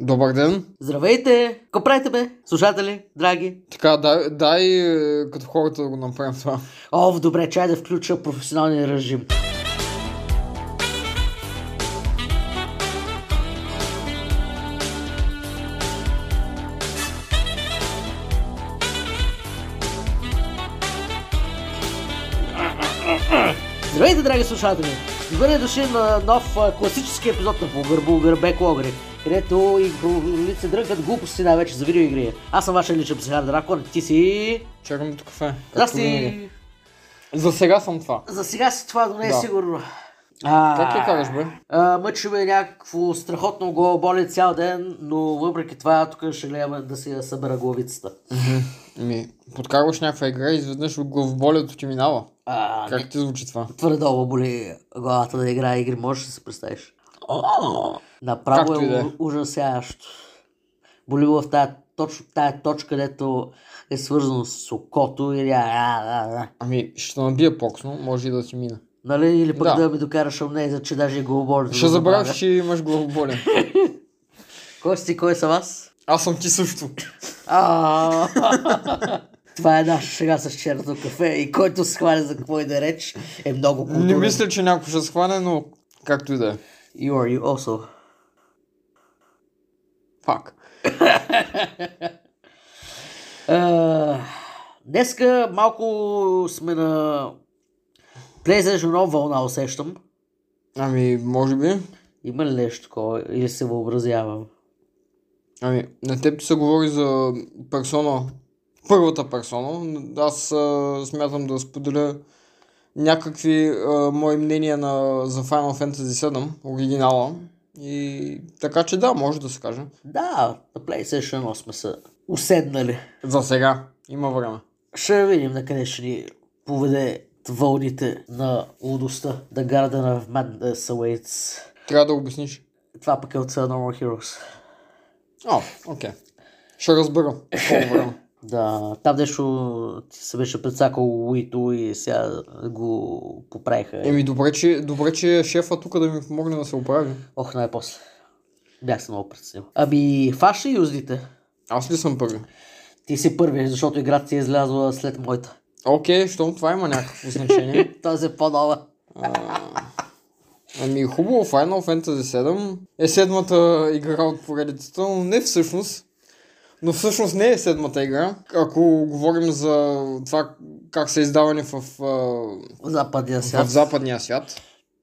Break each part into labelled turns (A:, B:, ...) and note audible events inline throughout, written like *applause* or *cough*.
A: Добър ден.
B: Здравейте! Какво правите, бе? Слушатели, драги?
A: Така, дай, дай е, като хората да го направим това.
B: О, добре, чай да включа професионалния режим. Здравейте, драги слушатели! Добре дошли на нов а, класически епизод на Булгар Булгар Бек Логри, където и се дрънкат глупости най-вече за видеоигри. Аз съм вашия личен психар Дракон, ти си...
A: Черното кафе. както винаги.
B: Здрасти!
A: За сега съм това.
B: За сега си това, но не е
A: Да.
B: сигурно. А,
A: Как я караш, бе?
B: А, мъчи ме някакво страхотно го боли цял ден, но въпреки това тук ще гледаме да си я събера главицата.
A: Ми, Ами, подкарваш някаква игра и изведнъж главоболието ти минава.
B: А,
A: Как ти звучи това?
B: твърде много боли главата да играе игри, можеш да се представиш. Направо
A: Както и да е.
B: е у- ужасяващо. Боли в тая, точно тая точка, където е свързано с окото или а, а, а, а.
A: Ами, ще набия поксно, може и да ти мина.
B: Нали? Или пък
A: Да.
B: да, ми докараш амнезия, че даже и главоболието.
A: Ще
B: да забравя.
A: забравиш, че имаш главоболие.
B: Кой си, кой съм аз?
A: Аз съм ти също.
B: А, *laughs* Това е наша шега с черното кафе и който схване за какво и да реч е много
A: Не
B: културен.
A: мисля, че някой ще схване, но както и да е.
B: You are you also.
A: Пак.
B: А, днеска малко сме на PlayStation нова вълна, усещам.
A: Ами, може би.
B: Има ли нещо такова или се въобразявам?
A: Ами, на теб ти се говори за персона, първата персона. Аз а, смятам да споделя някакви а, мои мнения на, за Final Fantasy 7, оригинала. И така че да, може да се каже.
B: Да, на PlayStation 8 сме са уседнали.
A: За сега. Има време.
B: Ще видим на къде ще ни поведе вълните на лудостта. The Garden of Madness Awaits.
A: Трябва да обясниш.
B: Това пък е от No More Heroes.
A: О, окей. Ще разбера. Колко време.
B: Да, там нещо ти се беше предсакал Уито и сега го поправиха.
A: Еми, добре, че, добре, че е шефа тук да ми помогне да се оправи.
B: Ох, най-после. Бях се много притеснил. Ами, фаш ли юздите?
A: Аз ли съм първи?
B: Ти си първи, защото играта си е излязла след моята.
A: Окей, щом това има някакво значение.
B: Тази е по-нова.
A: Ами хубаво, Final Fantasy 7 е седмата игра от поредицата, но не всъщност. Но всъщност не е седмата игра, ако говорим за това как са издавани в, а,
B: В западния
A: в
B: свят.
A: западния свят.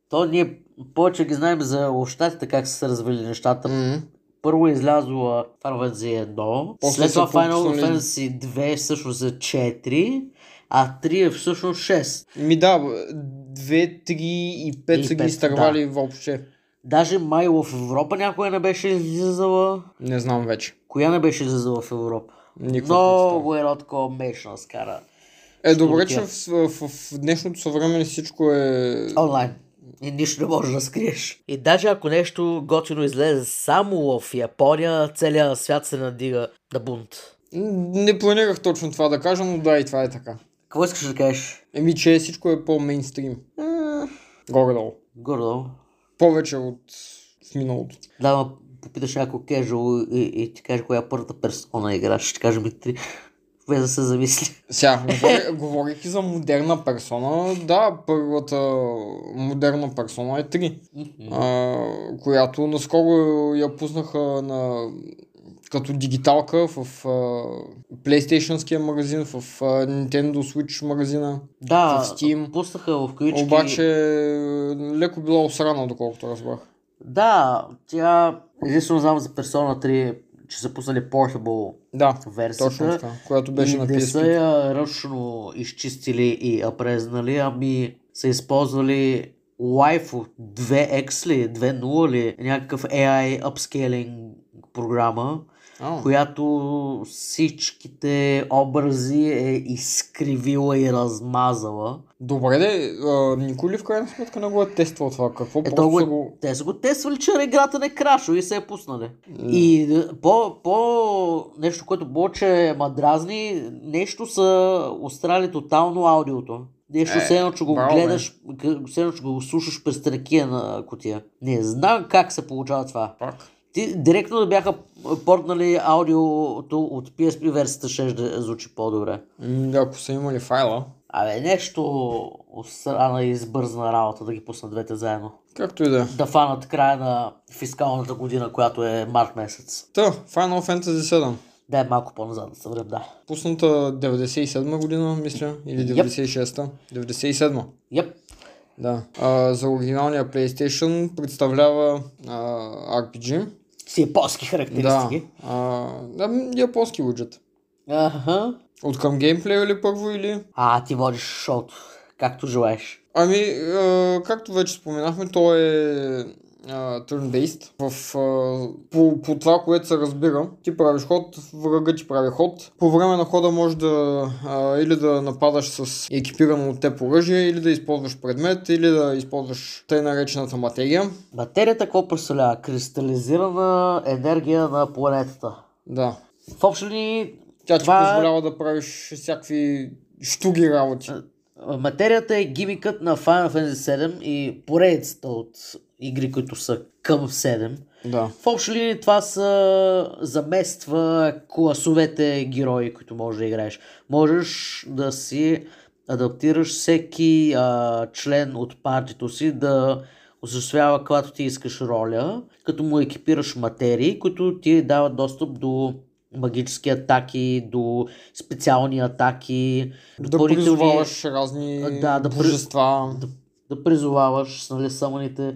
B: То ние повече ги знаем за щатите, как са се развили нещата.
A: М.
B: Първо е излязла Final Fantasy 1,
A: После
B: след
A: са
B: това Final
A: пуснали-
B: Fantasy 2 всъщност за 4, а 3 е всъщност 6.
A: Ми да, 2, 3 и 5
B: И
A: са ги
B: пет,
A: изтървали въобще.
B: Даже май в Европа някоя не беше излизала.
A: Не знам вече.
B: Коя не беше излизала в Европа?
A: Никаква представа.
B: Много едно такова мешно скара.
A: Е, добре, че
B: тя.
A: в, в, в днешното съвремене всичко е...
B: Онлайн. И нищо не можеш да скриеш. И даже ако нещо готино излезе само в Япония, целият свят се надига на бунт.
A: Не планирах точно това да кажа, но да, и това е така.
B: Какво искаш да кажеш?
A: Еми, че всичко е по-мейнстрим. Горе-долу.
B: Гордо.
A: Повече от в миналото.
B: Да, ма попиташ някой кежо и, и, ти каже коя е първата персона играш. Ще ти кажа ми три. Без да се замисли.
A: Сега, говори, *laughs* говорейки за модерна персона, да, първата модерна персона е 3, а, която наскоро я пуснаха на, като дигиталка в а, PlayStation магазин, в а, Nintendo Switch магазина.
B: Да,
A: В Steam.
B: пуснаха в кавички.
A: Обаче леко била осрана, доколкото разбрах.
B: Да, тя единствено знам за Persona 3, че са пуснали Portable
A: Да,
B: версията.
A: точно така, която беше
B: и
A: на
B: не са
A: PSP.
B: я ръчно изчистили и апрезнали, ами са използвали Wi-Fi 2X ли, 2.0 ли, някакъв AI upscaling програма,
A: А,
B: която всичките образи е изкривила и размазала.
A: Добре, де, а, никой ли в крайна сметка не го е тествал това? Какво
B: Е,
A: просто
B: то
A: са
B: го,
A: го...
B: те са го тествали, че играта не крашо и се е пуснали. И е, по, по нещо, което повече ма дразни, нещо са устрали тотално аудиото. Нещо
A: Е,
B: е, все едно, че го
A: браво, бе.
B: гледаш, к- все едно, че го слушаш през тракия на котия. Не знам как се получава това.
A: Пак.
B: Ти директно бяха портнали аудиото от PSP версията, ще да звучи по-добре.
A: М, Ако са имали файла,
B: Абе, нещо срана и избързна работа да ги пуснат двете заедно.
A: както и да е.
B: Да фанат края на фискалната година, която е март месец.
A: Та, Final Fantasy VII.
B: Да е малко по-назад да се време, да.
A: Пусната 97-ма година, мисля, или
B: Yep.
A: 96-та. 97-ма.
B: Йеп,
A: Да. А, за оригиналния PlayStation представлява а, RPG.
B: си е полски характеристики.
A: Да. А, да, м, японски луджет.
B: Да. Аха.
A: От към геймплея ли първо или...
B: А, ти водиш шоуто, както желаеш.
A: Ами, а, както вече споменахме, то е а, turn-based. В, а, по, по това, което се разбира, ти правиш ход, врага ти прави ход. По време на хода може да а, или да нападаш с екипирано от теб оръжие, или да използваш предмет, или да използваш тъй наречената материя.
B: Материята какво представлява? Кристализирана енергия на планетата.
A: Да.
B: В общи линии,
A: Тя ти
B: Това е-
A: позволява да правиш всякакви штуги работи.
B: материята е гимикът на Final Fantasy 7 и поредицата от игри, които са към 7.
A: Да.
B: В общи линии това са замества класовете герои, които можеш да играеш. Можеш да си адаптираш всеки а, член от партито си да осъществява когато ти искаш роля, като му екипираш материи, които ти дават достъп до магически атаки, до специални атаки,
A: Да
B: допълнителни-
A: призоваваш разни
B: Да,
A: да,
B: да
A: да
B: при-
A: божества.
B: да, да призоваваш с нали, самоните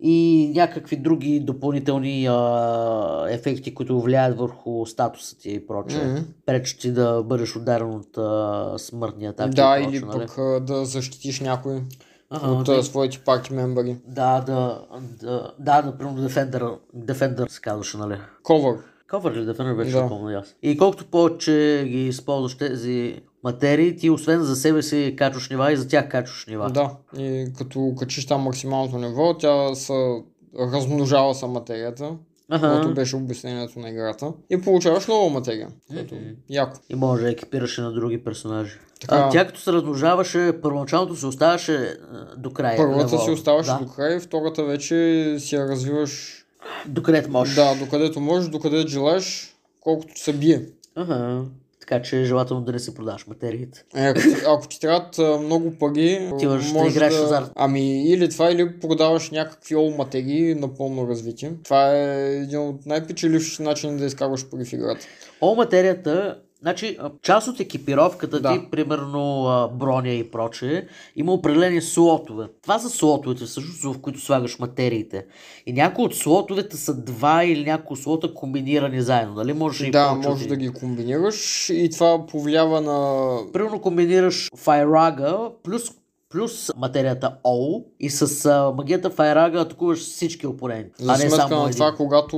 B: и някакви други допълнителни а, ефекти, които влияят върху статуса ти и прочее.
A: Мгм.
B: Пречат ти да бъдеш ударен от а, смъртни атаки.
A: Да,
B: и прочее,
A: или
B: нали?
A: пък а, да защитиш някой
B: Ага,
A: от
B: да,
A: а, своите парти мембари.
B: да, да, да, да, например, Defender, Defender се казваше, нали?
A: Cover.
B: Cover ли Defender беше,
A: Да.
B: да. помня и аз. И колкото повече ги използваш тези материи, ти освен за себе си качваш нива и за тях качваш нива.
A: Да. И като качиш там максималното ниво, тя се размножава са материята,
B: Ага.
A: което беше обяснението на играта. И получаваш нова материя, което е яко.
B: И може да екипираше на други персонажи.
A: Така.
B: А, тя като се размножаваше, първоначалното се оставаше а, до края.
A: Първата
B: левела.
A: си оставаше
B: да.
A: до край, втората вече си я развиваш
B: до където можеш.
A: да, докъдето можеш, докъдето желаеш, колкото се бие.
B: Ага. Така че е желателно да не се продаваш материите.
A: Е, Ако, ти- ако ти трябват а, много пари,
B: Отиваш да
A: може
B: играеш хазарт.
A: Ами или това, или продаваш някакви ол материи напълно развити. Това е един от най-печелившите начини да изкарваш пари в играта.
B: О, материята, значи а, част от екипировката
A: Да.
B: ти, примерно а, броня и прочее, има определени слотове. Това са слотовете всъщност, в които слагаш материите. И някои от слотовете са два или някои слота комбинирани заедно. Дали можеш и
A: да,
B: повече от
A: може
B: един.
A: да ги комбинираш и това повлиява на...
B: Примерно комбинираш Файрага плюс, плюс материята Ол и с а, магията Файрага атакуваш всички опоненти,
A: За
B: а не
A: сметка
B: само
A: на
B: един.
A: това, когато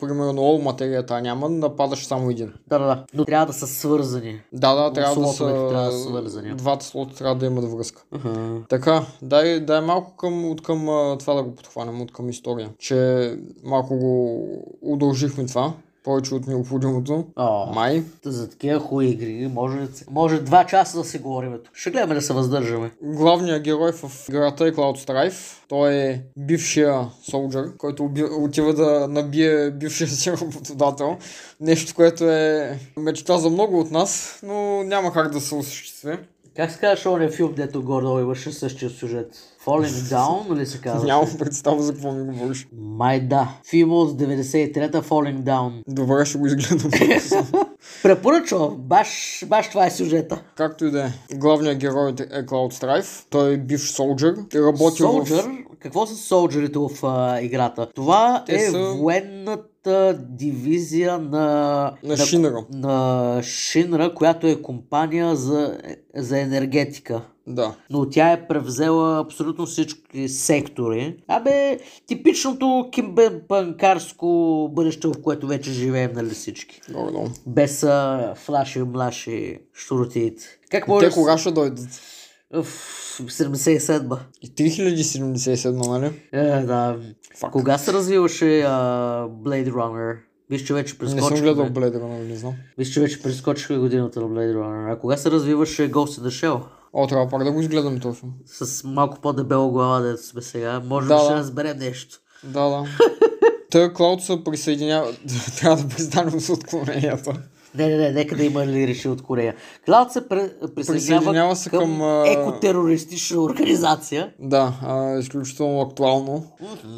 A: примерно ол материята няма, нападаш само един.
B: Да, да, да. Но трябва да са свързани.
A: Да, да, трябва да са...
B: слотовете трябва да са свързани.
A: Двата слота трябва да имат връзка. Така, дай, дай малко към, от към а, това да го подхванем, от към история. Че малко го удължихме това, повече от необходимото.
B: О,
A: Май.
B: за такива хубави игри може, да се- може два часа да си говорим тук. Ще гледаме да се въздържаме.
A: Главният герой в играта е Cloud Strife. Той е бившия солджър, който уби... отива да набие бившия си работодател. Нещо, което е мечта за много от нас, но няма как да се осъществи.
B: Как се казваше ония филм, дето горе имаше същия сюжет? Falling Down ли се казва?
A: Нямам представа за какво ми говориш.
B: Май да. Филм от 93-та Falling Down.
A: Добре, ще го изгледам.
B: Препоръчвам. Баш, баш това е сюжета.
A: Както и да е. Главният герой е Cloud Strife. Той е бивш солджер. Работи
B: Солджър,
A: в...
B: какво са солджерите в а, играта? Това
A: Те
B: е
A: са-
B: военната дивизия на...
A: На Шинера.
B: на Шинра, която е компания за, за енергетика.
A: Да.
B: Но тя е превзела абсолютно всички сектори. Абе, типичното кимбенпанкарско бъдеще, в което вече живеем, нали всички.
A: Горе-долу.
B: Без а, флаши, млаши, штуротиите. Как може
A: Те
B: да с-
A: кога ще дойдат?
B: в 77-ба?
A: И 3077, нали?
B: Е, да.
A: Фак.
B: Кога се развиваше а, Blade Runner? Виж, че вече
A: Не съм гледал
B: прескочихме.
A: Blade Runner, не знам.
B: Виж, че вече прескочихме годината на Blade Runner. А кога се развиваше Ghost in the Shell?
A: О, трябва пак да го изгледам този филм.
B: С малко по-дебела глава, дето сме сега. Може
A: Да,
B: да, ще
A: да.
B: разберем нещо.
A: Да, да. Тъй Клауд се присъединява, *laughs* трябва да пристанем с отклоненията.
B: Не, не, не, нека да има лириши от Корея. Клауд се пре, присъединява,
A: Присъединява се
B: към,
A: към, а,
B: екотерористична организация.
A: Да, а, изключително актуално.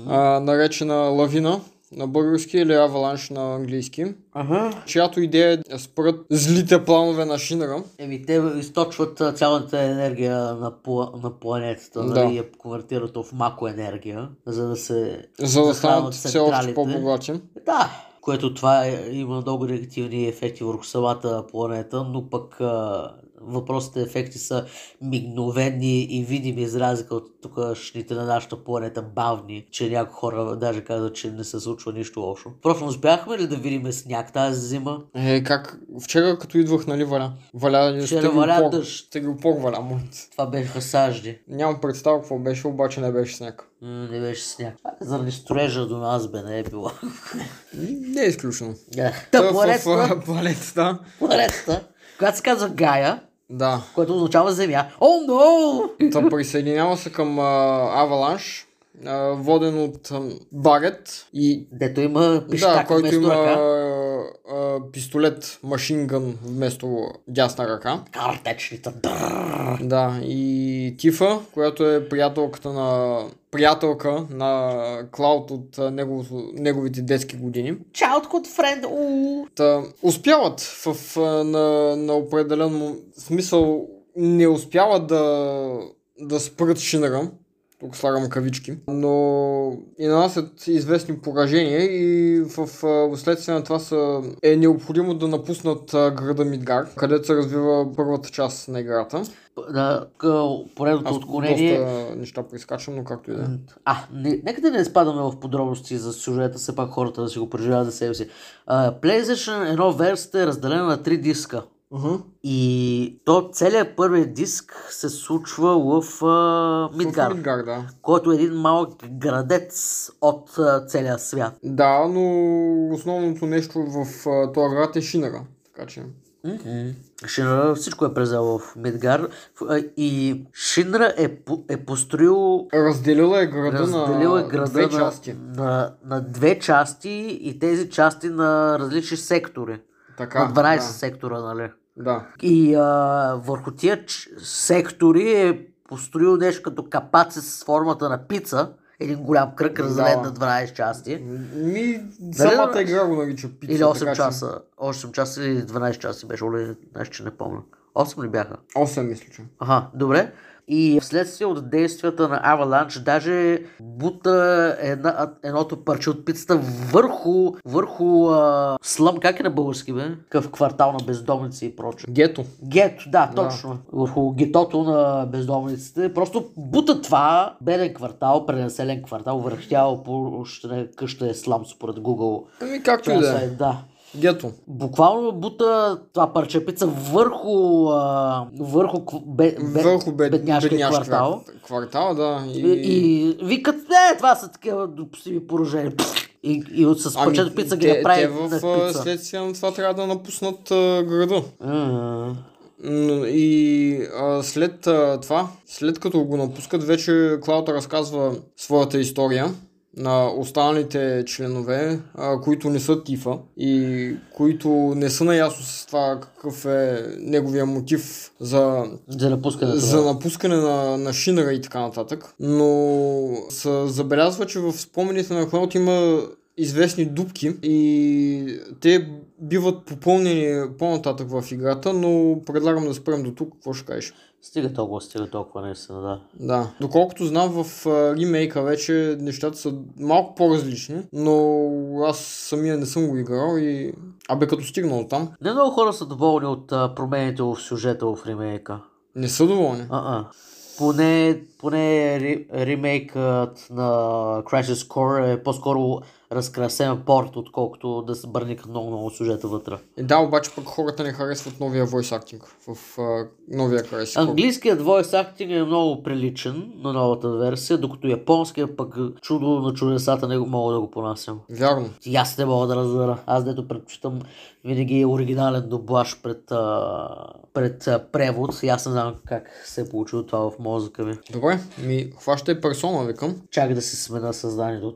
A: А, наречена Лавина на български или Аваланш на английски,
B: Ага.
A: чиято идея е да спрат злите планове на Шинера.
B: Еми, те източват а, цялата енергия на, пла- на планетата,
A: Да.
B: нали, я конвертират в макоенергия, за да се
A: За да станат
B: захранват
A: все още
B: централите.
A: по-богати.
B: Да, което това е, има много негативни ефекти върху самата планета, но пък а, въпросните ефекти са мигновени и видими, за разлика от тукашните на нашата планета бавни, че някои хора даже казват, че не се случва нищо лошо. Просто успяхме ли да видим сняг тази зима?
A: Е, как вчера като идвах, нали, валя. Валя,
B: Вчера
A: сте го
B: валя
A: пор-
B: дъжд.
A: Сте го пор, валя, моите.
B: Това бяха сажди.
A: Нямам представа какво беше, обаче не беше сняг.
B: М, Не беше сняг. А, Заради строежа до нас бе не е било.
A: Не е изключено.
B: Да. Та планетата,
A: планетата.
B: планетата, която се казва Гая,
A: Да.
B: което означава земя. О, oh, но! No!
A: Та присъединява се към Аваланш, воден от а, Барет и
B: Дето има пиштак
A: да, който
B: вместо
A: има
B: ръка.
A: а, а, пистолет, машингън вместо дясна ръка.
B: Картечница. Дрррр.
A: Да, и Тифа, която е приятелката на приятелка на Клауд от а, неговото, неговите детски години.
B: Childhood friend. уу.
A: Та, успяват в, а, на, на определен му- смисъл, не успяват да, да спрат Шинера, тук слагам кавички, но и нанасят известни поражения и в а, следствие на това са, е необходимо да напуснат а, града Мидгар, където се развива първата част на играта.
B: Да, къл- поредното
A: Аз
B: отклонение.
A: доста неща прескачам, но както и да е.
B: М, А, не, нека да не спадаме в подробности за сюжета, все пак хората да си го преживяват за себе си. А, PlayStation 1 версията е разделена на три диска.
A: Мгм.
B: И то целият първи диск се случва в а,
A: В
B: Мидгар,
A: Мидгар, да.
B: който е един малък градец от а, целия свят.
A: Да, но основното нещо в а, този град е Шинера. Така че...
B: Шинра всичко е презел в Мидгар в- а, и Шинра е, по- е построил
A: Разделила е града
B: разделил
A: на
B: е града
A: две
B: на,
A: части.
B: На, на две части и тези части на различни сектори.
A: Така,
B: на 12 сектора, нали?
A: да. да.
B: И а, върху тия ч- сектори е построил нещо като капаци с формата на пица. Един голям кръг, разделен
A: Да.
B: на 12 части.
A: Ми, самата
B: да-
A: игра го нарича пица.
B: Или 8
A: така че-
B: часа. 8 часа или 12 часа беше, оле, знаеш, че не помня. 8 ли бяха?
A: 8 мисля, че.
B: Ага, добре. И вследствие от действията на Avalanche, даже бута една, едното парче от пицата върху, върху а, слъм, как е на български, бе? Къв квартал на бездомници и прочее.
A: Гето.
B: Гето, да,
A: Да.
B: точно. Върху гетото на бездомниците. Просто бута това, беден квартал, пренаселен квартал, върхтял по още къща е слам, според Google.
A: Ами както и да е.
B: Translate, да.
A: Гето.
B: Буквално бута това парче пица върху, а, върху, кв- бе, бе,
A: Върху бед,
B: бедняшкия
A: бедняшка
B: квартал.
A: Квартал, да. И,
B: И, и викат, не, това са такива допустими поражения. И, и от с парчето пица ги
A: Ами, те,
B: направи
A: те в
B: на
A: а,
B: пица.
A: следствие на това трябва да напуснат а, града.
B: М.
A: М, И а, след а, това, след като го напускат, вече Клауд разказва своята история на останалите членове, а, които не са Тифа и които не са наясно с това какъв е неговия мотив за,
B: За напускането.
A: за напускане на, на Шинера и така нататък. Но се забелязва, че в спомените на Клауд има известни дупки и те биват попълнени по-нататък в играта, но предлагам да спрем до тук. Какво ще кажеш?
B: Стига толкова, стига толкова, наистина, да.
A: Да. Доколкото знам, в а, ремейка вече нещата са малко по-различни, но аз самия не съм го играл и... Абе, като стигнал там,
B: Не много хора са доволни от а, промените в сюжета в ремейка.
A: не са доволни.
B: А-а. Поне, поне ри, ремейкът на Crash's Core е по-скоро разкрасен порт, отколкото да се бърни към много-много сюжета вътре.
A: Е, Да, обаче пък хората не харесват новия voice acting в а, новия Crash Core.
B: Английският voice acting е много приличен на новата версия, докато японският пък чудо на чудесата не го мога да го понасям.
A: Вярно.
B: И аз не мога да разбера. Аз дето предпочитам винаги оригинален доблаж пред, а, пред а, превод. И аз не знам как се е получило това в мозъка ми.
A: Добре, ми хващай персона, викам.
B: Чакай да се смена съзнанието.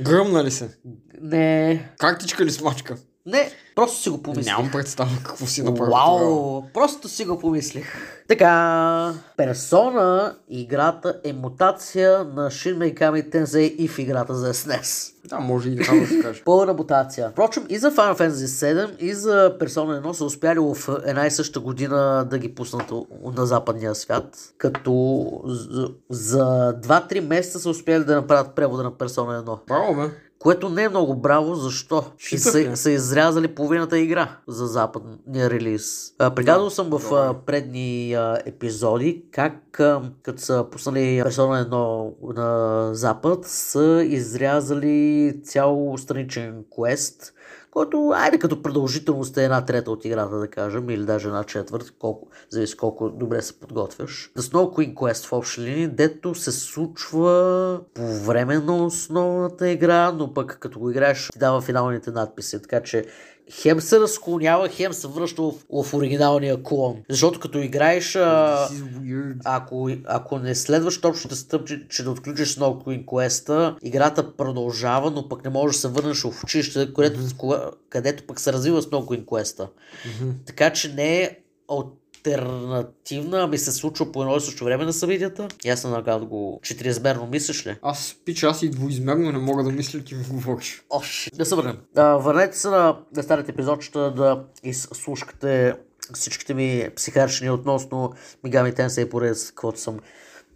A: Гръмна ли се?
B: Не. е
A: Картичка ли смачка?
B: Не, просто си го помислих.
A: Нямам представа какво си направил. тогава.
B: Вау, просто си го помислих. Така, персона играта е мутация на Shin Megami Tensei и в играта за SNES.
A: Да, може и така да се каже.
B: Пълна мутация. Впрочем, и за Final Fantasy 7, и за Persona 1 са успяли в една и съща година да ги пуснат у- на западния свят. Като з- за 2-3 месеца са успяли да направят превода на Persona 1.
A: Браво, бе.
B: Което не е много браво, защо? И
A: Шитък
B: са,
A: е.
B: са изрязали половината игра за западния релиз. А, Пригадал съм в а, предни а, епизоди как а, като са пуснали персона 1 на запад, са изрязали цял страничен квест, който, айде като продължителност е една трета от играта, да кажем, или даже една четвърт, колко, зависи колко добре се подготвяш. The Snow Queen Quest в общи линии, дето се случва по време на основната игра, но пък като го играеш ти дава финалните надписи, така че хем се разклонява, хем се връща в, в оригиналния клон. Защото като играеш... А...
A: This is weird.
B: Ако, ако не следваш точните стъпки, че да отключиш Snow Queen Quest, играта продължава, но пък не можеш да се върнеш в училище, където, кога- където пък се развива Snow Queen Quest.
A: Мгм.
B: Така че не е альтернативна, ами се случва по едно и също време на събитията. И аз съм нагадал го четириизмерно мислиш ли?
A: Аз пич, аз и двоизмерно не мога да мисля, ти ми говориш.
B: Ош, Значи, да се върнем. А, върнете се на, на старите епизодчета да изслушкате всичките ми психарщини относно Мигами Тенса и порез, каквото съм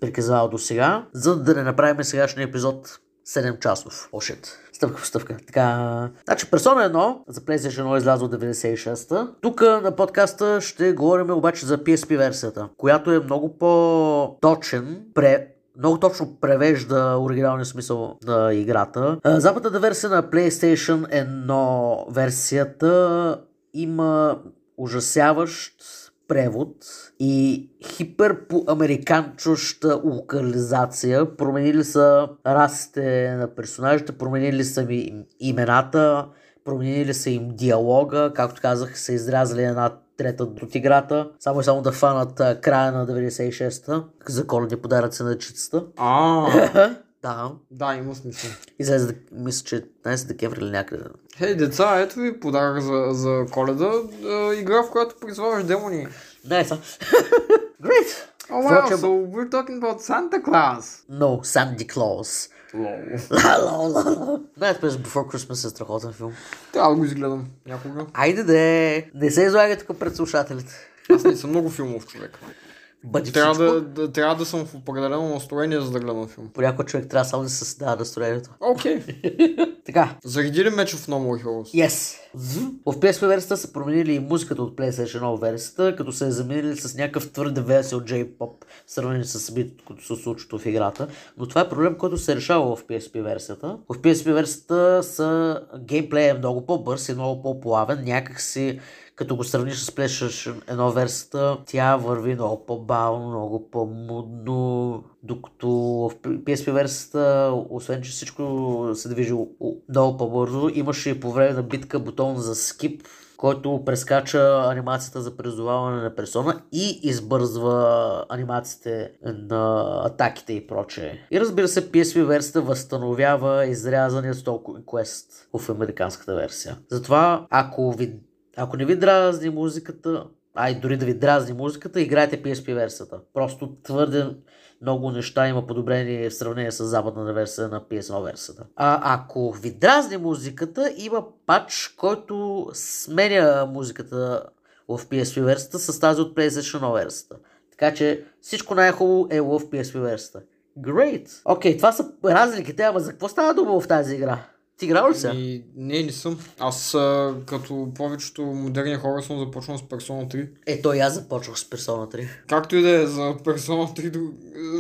B: приказал до сега, за да не направим сегашния епизод 7 часов. Ошет. Стъпка по стъпка. Така. Значи, Persona 1 за PlayStation 1 излязла от 96-та. Тук на подкаста ще говорим обаче за PSP версията, която е много по-точен пре, много точно превежда оригиналния смисъл на играта. А, Западната версия на PlayStation 1 версията има ужасяващ превод и хиперпоамериканчваща локализация. Променили са расите на персонажите, променили са ми им- имената, променили са им диалога, както казах, са изрязали една трета от играта. Само и само да фанат а, края на 96-та за коледни подаръци на чицата.
A: А,
B: Да,
A: да, има смисъл.
B: излезе, дек- мисля, че 15 декември или някъде.
A: Хей, деца, ето ви подарък за, за коледа. а, игра, в която призваваш демони.
B: Да, е са. Great!
A: Oh, wow,
B: Впрочем-
A: so we're talking about Santa Claus.
B: No, Sandy Claus.
A: Лол.
B: Nightmares Before Christmas е страхотен филм.
A: Трябва да го изгледам някога.
B: Айде де, не се излагай тук пред слушателите.
A: Аз не съм много филмов човек.
B: Бъди
A: Трябва
B: всичко.
A: да, да, трябва да съм в определено настроение, за да гледам филм.
B: Понякога човек трябва само да се създава настроението.
A: Окей. *laughs*
B: Така,
A: Зареди ли Match of No More Heroes?
B: Yes. В PSP версията са променили и музиката от PlayStation 1 версията, като са я заменили с някакъв твърде весел J-pop, в сравнение с събитието, което се случва в играта. Но това е проблем, който се решава в PSP версията. В PSP версията са... геймплей е много по-бърз и много по-плавен, някакси като го сравниш с PlayStation 1 версията, тя върви много по-бавно, много по-мудно, докато в PSP версията, освен че всичко се движи у- у- много по-бързо, имаше и по време на битка бутон за скип, който прескача анимацията за призоваване на персона и избързва анимациите на атаките и прочее. И разбира се, PSP версията възстановява изрязания Stalker Quest в американската версия. Затова, ако ви ако не ви дразни музиката, а и дори да ви дразни музиката, играйте PSP версията. Просто твърде много неща има подобрение в сравнение с западната версия на PS1 версията. А ако ви дразни музиката, има пач, който сменя музиката в PSP версията с тази от PlayStation 1 версията. Така че всичко най-хубаво е в PSP версията. Great! Окей, това са разликите, ама за какво става дума в тази игра? Ти играл ли си?
A: И, Ами, не, не съм. Аз а, като повечето модерни хора съм започнал с Persona 3.
B: Е, той аз започвах с Persona 3.
A: Както и да е, за Persona 3 друг-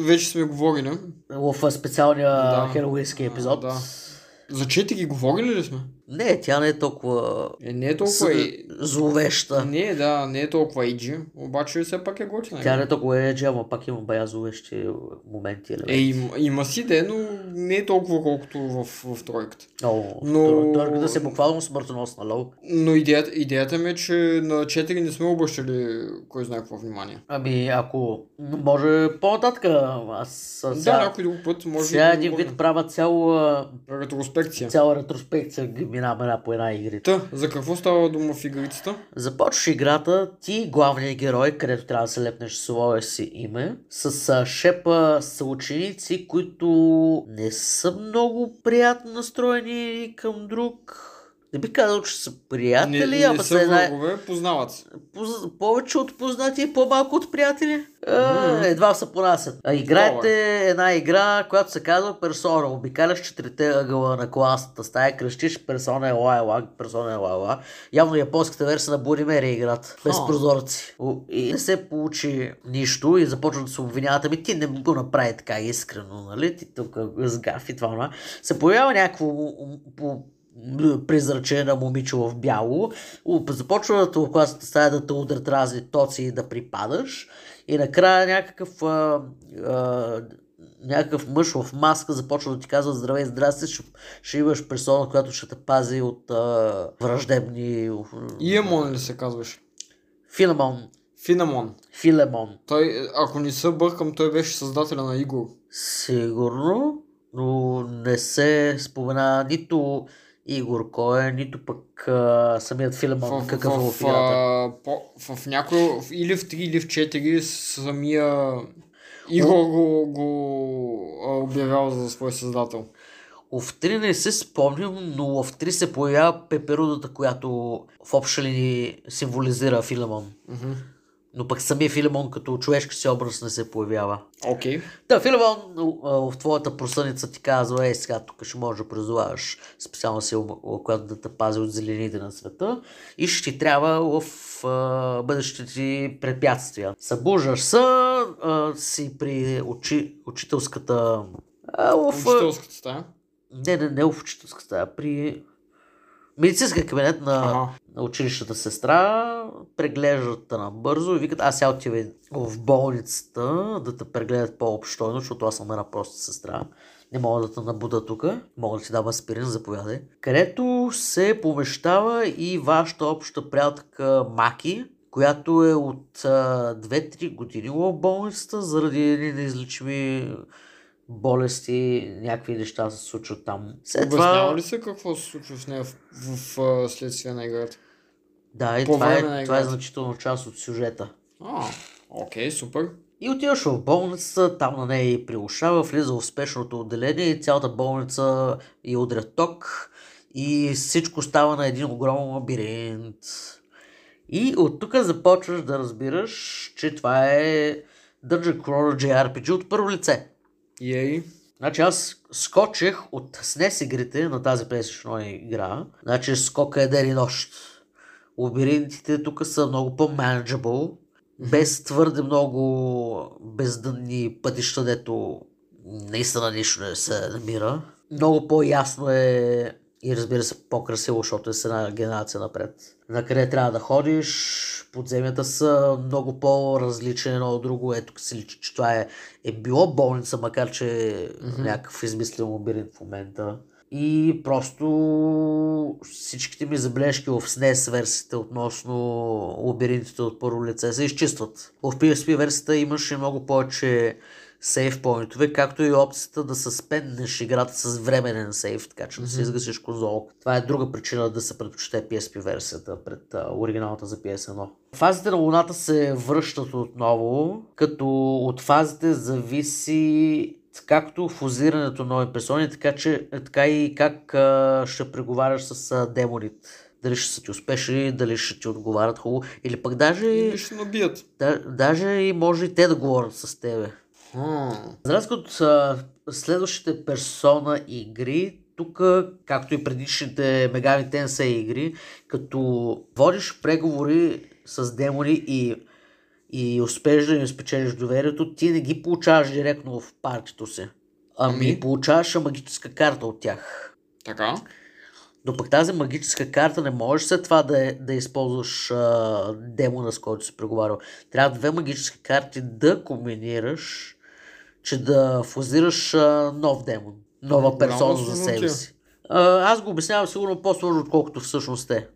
A: вече сме говорили.
B: в а, специалния
A: Да.
B: хелоуински епизод.
A: Да. За 4 говорили ли сме?
B: Не, тя не е толкова
A: Е, не е толкова...
B: с-
A: е-
B: зловеща.
A: Не, да, не е толкова иджи, обаче все пак е готина.
B: Тя не е толкова еджи, ама пак има бая зловещи моменти.
A: Е,
B: Елементи.
A: има, има си де, но не е толкова колкото в, в тройката.
B: О,
A: но-
B: но... Търгата се буквално смъртоносна, лол.
A: Но идеята, идеята ми е, че на 4 не сме обръщали кой знае какво внимание.
B: Ами, ако може по-нататък, аз сега,
A: Да, някой друг път може
B: сега
A: да
B: един
A: говорим.
B: вид правя цяла,
A: Ретроспекция.
B: цяла ретроспекция, ги минаваме една по една игри.
A: Та, за какво става дума в игрицата?
B: Започваш играта, ти главният герой, където трябва да се лепнеш своя си име, с а, шепа съученици, които не са много приятно настроени един към друг. Не би казал, че са
A: не
B: приятели,
A: не
B: ама
A: са
B: са една,
A: врагове, познават се.
B: поз- повече от познати и по-малко от приятели.
A: Мгм.
B: А, едва се понасят. А играете една игра, която се казва Персона. Обикаляш четирите ъгъла на класната стая, е крещиш Персона ела ела, Персона ела ела. Явно японската версия на Боример е играта. Без
A: Ха.
B: прозорци. О, И не се получи нищо и започват да се обвиняват. Ами ти не го направи така искрено, нали? Ти тук сгафи това, това. Се появява някакво м- м- по- м- призраче на момиче в бяло. Уп, Започва да те окласната стая да те удрят разни тоци и да припадаш. И накрая някакъв, а, а, някакъв мъж в маска започва да ти казва здравей, здрасти, ще, ще имаш персона, която ще те пази от а, враждебни...
A: Иемон ли се казваш?
B: Филемон.
A: Финамон.
B: Филемон.
A: Той, ако не се бъркам, той беше създателя на Игор.
B: Сигурно, но не се спомена нито Игор кой е, нито пък а, самият Филемон, какъв е
A: в, в,
B: лофията.
A: а, по, в някой, в- или в 3, или в 4 самия Игор го, го а, обявява за свой създател.
B: В 3 не се спомням, но в 3 се появява пеперудата, която в обща линии символизира Филемон.
A: Мгм.
B: Но пък самия Филемон като човешки си образ не се появява.
A: Окей. Okay.
B: Да, Филимон, а, в твоята просъница ти казва, е, сега тук ще можеш да призоваваш специална сила, която да те пази от зелените на света и ще ти трябва в а, бъдещите ти препятствия. Събуждаш се, а, си при учи, учителската... А, в,
A: Учителската стая.
B: Не, не, не в учителската, а при медицинския кабинет на
A: Ага.
B: на училищната сестра, преглеждат те набързо и викат, аз сега отивай в болницата да те прегледат по-обстойно, защото аз съм една проста сестра. Не мога да те набуда тук, мога да ти дам аспирин, заповядай. Където се помещава и вашата обща приятелка Маки, която е от а, 2-3 години в болницата заради едни неизлечими болести, някакви неща се случват там. След
A: Обяснява ли се какво се случва с нея в, в, а, следствие на играта?
B: Да, и
A: По
B: това
A: време на
B: е, това е
A: играта?
B: значителна част от сюжета.
A: А, окей, супер.
B: И отиваш в болницата, там на нея и прилушава, влиза в спешното отделение и цялата болница и удря ток и всичко става на един огромен лабиринт. И от тук започваш да разбираш, че това е Dungeon Crawler JRPG от първо лице.
A: Ей.
B: Значи аз скочих от SNES игрите на тази PlayStation игра. Значи скока е ден и нощ. Лабиринтите тук са много по-manageable, без твърде много бездънни пътища, дето наистина нищо не се намира. Много по-ясно е и разбира се по-красиво, защото е с една генерация напред. На къде трябва да ходиш, подземята са много по-различни едно от друго. Ето се личи, че това е, е било болница, макар че е
A: Мгм.
B: някакъв измислен лабиринт в момента. И просто всичките ми забележки в SNES версията относно лабиринтите от първо лице се изчистват. В PSP версията имаше много повече сейф поинтове, както и опцията да съспенднеш играта с временен сейф, така че не се
A: Мгм.
B: изгасиш конзол. Това е друга причина да се предпочете PSP версията пред а, оригиналната за PS1. Фазите на Луната се връщат отново, като от фазите зависи както фузирането на нови персони, така, че, така и как а, ще преговаряш с а, демоните. Дали ще са ти успешни, дали ще ти отговарят хубаво, или пък даже,
A: Или ще набият.
B: да, даже и може и те да говорят с тебе.
A: Хм.
B: За разлика от а, следващите персона игри, тук, както и предишните Мегами Тенсей игри, като водиш преговори с демони и, и успеш да им спечелиш доверието, ти не ги получаваш директно в партито си. Ами,
A: Ами?
B: получаваш магическа карта от тях.
A: Така.
B: Но пък тази магическа карта не можеш след това да, я- да използваш а, демона, с който си преговарял. Трябва две магически карти да комбинираш, че да фузираш а, нов демон, нова
A: Голяма
B: персона за себе
A: сложнотия.
B: си. А, аз го обяснявам сигурно по-сложно, отколкото всъщност е.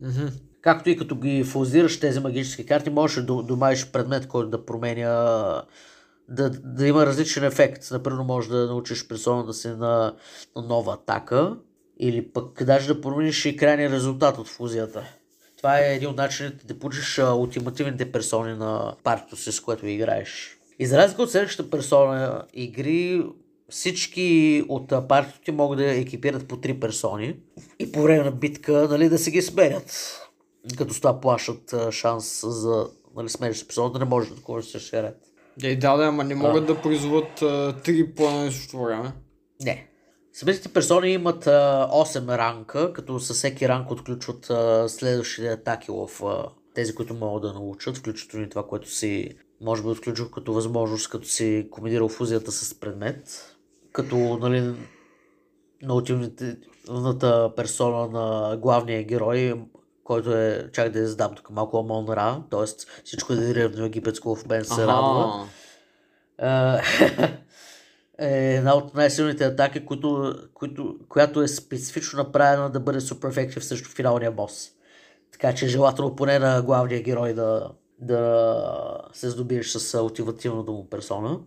A: Мгм.
B: Както и като ги фузираш тези магически карти, можеш да до- добавиш предмет, който да променя, да, да има различен ефект. Например, можеш да научиш персона да си на, на нова атака или пък даже да промениш и крайния резултат от фузията. Това е един от начините да получиш а, ултимативните персони на партито си, с което играеш. И за разлика от следващата персона игри, всички от а, партито ти могат да екипират по три персони и по време на битка нали, да се ги сменят. Като с това плашат а, шанс за нали, сменящ персона да не може да такова ще се ред.
A: Е, да, да, ама не могат да призоват а, три плана и също време.
B: Не. Самите персони имат а, 8 ранка, като със всеки ранг отключват а, следващите атаки в а, тези, които могат да научат, включително и това, което си, може би, отключил като възможност, като си комбинирал фузията с предмет. Като, нали, на ултимативната персона на главния герой, който е, чак да я задам тук малко Амон Ра, т.е. всичко е древно египетско в мен се радва.
A: Аха.
B: А, *laughs* е една от най-силните атаки, които, които, която е специфично направена да бъде супер ефектив срещу финалния бос. Така че е желателно поне на главния герой да, да се здобиеш с а, ултимативната му персона.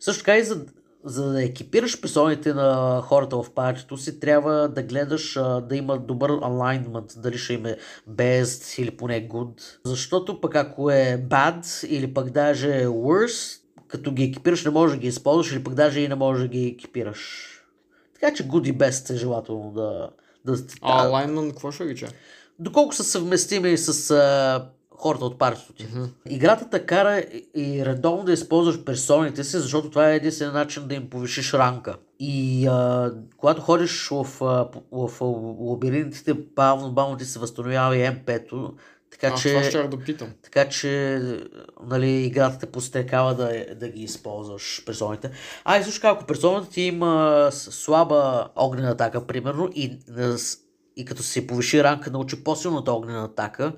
B: Също така и за, за да екипираш персоните на хората в партито си, трябва да гледаш а, да има добър alignment, дали ще им е best или поне good. Защото пък ако е bad или пък даже е worse, като ги екипираш не можеш да ги използваш или пък даже и не можеш да ги екипираш. Така че good и best е желателно да... да,
A: А
B: да-
A: Alignment какво ще рече?
B: доколко са съвместими с а, хората от партито ти. Играта те кара и редовно да използваш персоните си, защото това е единствен начин да им повишиш ранка. И а, когато ходиш в, а, в, в лабиринтите, бавно-бавно ти се възстановява и М5-то, така
A: Аз
B: че...
A: това ще да питам.
B: Така че, нали, играта те пострекава да, да ги използваш персоните. А и също така, ако персоната ти има с- слаба огнена атака, примерно, и, на- с- и като се повиши ранка, научи по-силната огнена атака,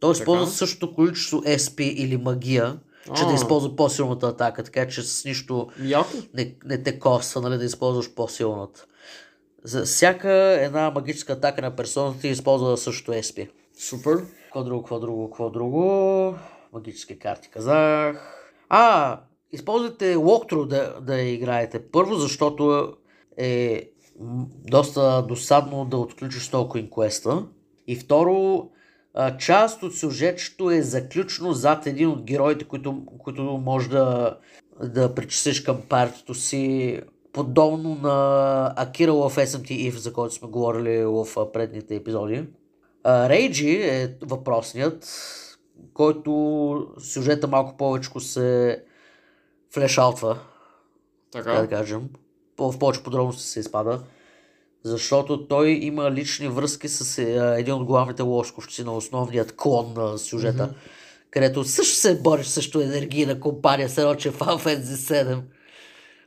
B: той използва същото количество SP или магия, че да
A: А.
B: използва по-силната атака, така че с нищо
A: Яко.
B: не, не те коства, нали, да използваш по-силната. За всяка една магическа атака на персоната ти използва също SP.
A: Супер.
B: Какво друго, какво друго, какво друго? Магически карти казах. А, използвайте Walkthrough да, да я играете. Първо, защото е м, доста досадно да отключиш толкова инквеста. И второ, а, част от сюжетчето е заключено зад един от героите, които, които може да, да причислиш към партито си подобно на Акира в SMT If, за който сме говорили в а, предните епизоди. А, Рейджи е въпросният, който сюжета малко повече се флешалтва, така да
A: Така.
B: кажем. По- В повече подробности се изпада. Защото той има лични връзки с е, един от главните лошковци на основният клон на сюжета. Където също се бориш срещу енергийна компания, все едно, че е Final Fantasy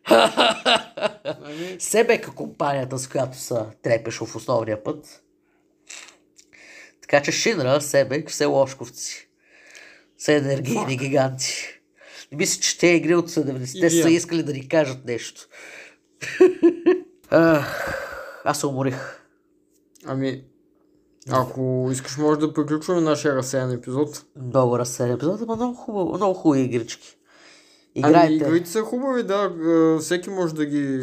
B: 7.
A: Ами,
B: Себека е компанията, с която са трепеш в основния път. Така че Шинра, Себек, все лошковци. Все енергийни гиганти. Не мисля, че те игри от 70-те
A: Или
B: са
A: е.
B: искали да ни
A: *laughs*
B: кажат нещо. Ах, аз се уморих.
A: ами, ако искаш, може да приключваме нашия разсеян епизод.
B: Много разсерен епизод, ама много, хубаво, много хубави игрички.
A: Ами,
B: Играйте.
A: игрите са хубави, да. а, Всеки може да ги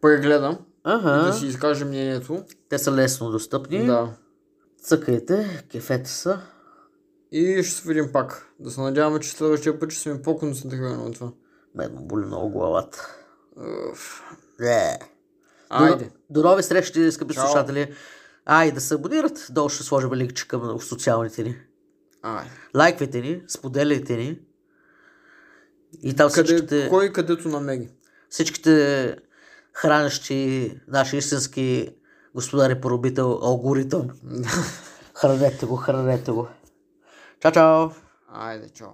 A: прегледа,
B: Ага,
A: да си изкаже мнението.
B: те са лесно достъпни.
A: Да.
B: Цъкайте, кефете са.
A: И ще се видим пак. Да се надяваме, че следващия път ще сме по-концентрирани от това.
B: Мен му боли много главата.
A: Уф.
B: Не.
A: Айде.
B: До, до нови срещи, скъпи
A: Чао.
B: слушатели. А, и да се абонират. Долу ще сложим линкче към в социалните ни.
A: Айде.
B: Лайквайте ни, споделяйте ни. И там
A: Къде,
B: всичките,
A: кой където намери.
B: всичките хранещи наши истински господар и поробител *laughs* алгоритъм. хранете го, хранете го. Чао, чао!
A: Айде, чао.